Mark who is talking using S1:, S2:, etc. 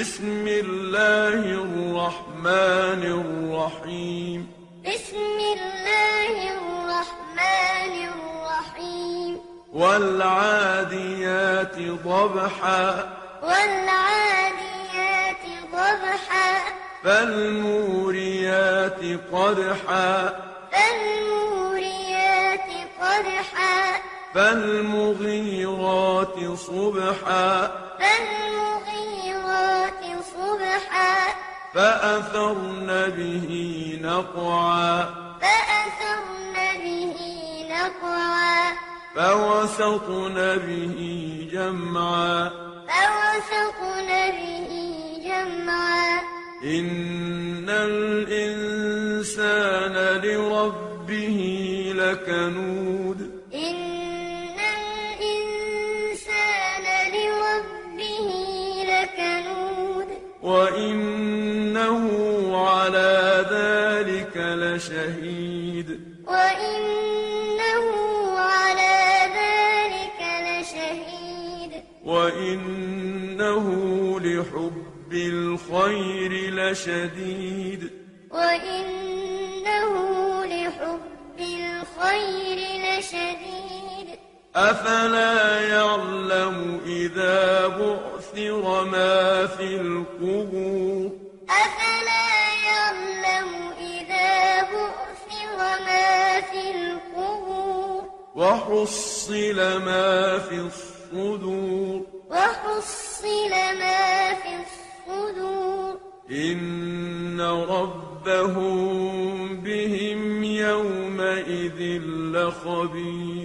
S1: بسم الله الرحمن الرحيم
S2: بسم الله الرحمن الرحيم
S1: والعاديات ضبحا
S2: والعاديات ضبحا
S1: فالموريات قدحا
S2: فالموريات قدحا
S1: فالمغيرات صبحا
S2: فالمغيرات صبحا
S1: فأثرن به نقعا
S2: فأثرن به نقعا
S1: فوسطن به جمعا
S2: فوسطن به جمعا
S1: إن الإنسان لربه لكنود
S2: إن الإنسان لربه لكنود
S1: وإنه على ذلك لشهيد
S2: وإنه على ذلك لشهيد
S1: وإنه لحب الخير لشديد
S2: وإنه لحب الخير لشديد
S1: أفلا يعلم إذا بعثر ما في القبور
S2: أفلا يعلم إذا بعثر ما في القبور
S1: وحصل ما في الصدور
S2: وحصل ما في الصدور
S1: إن ربهم بهم يومئذ لخبير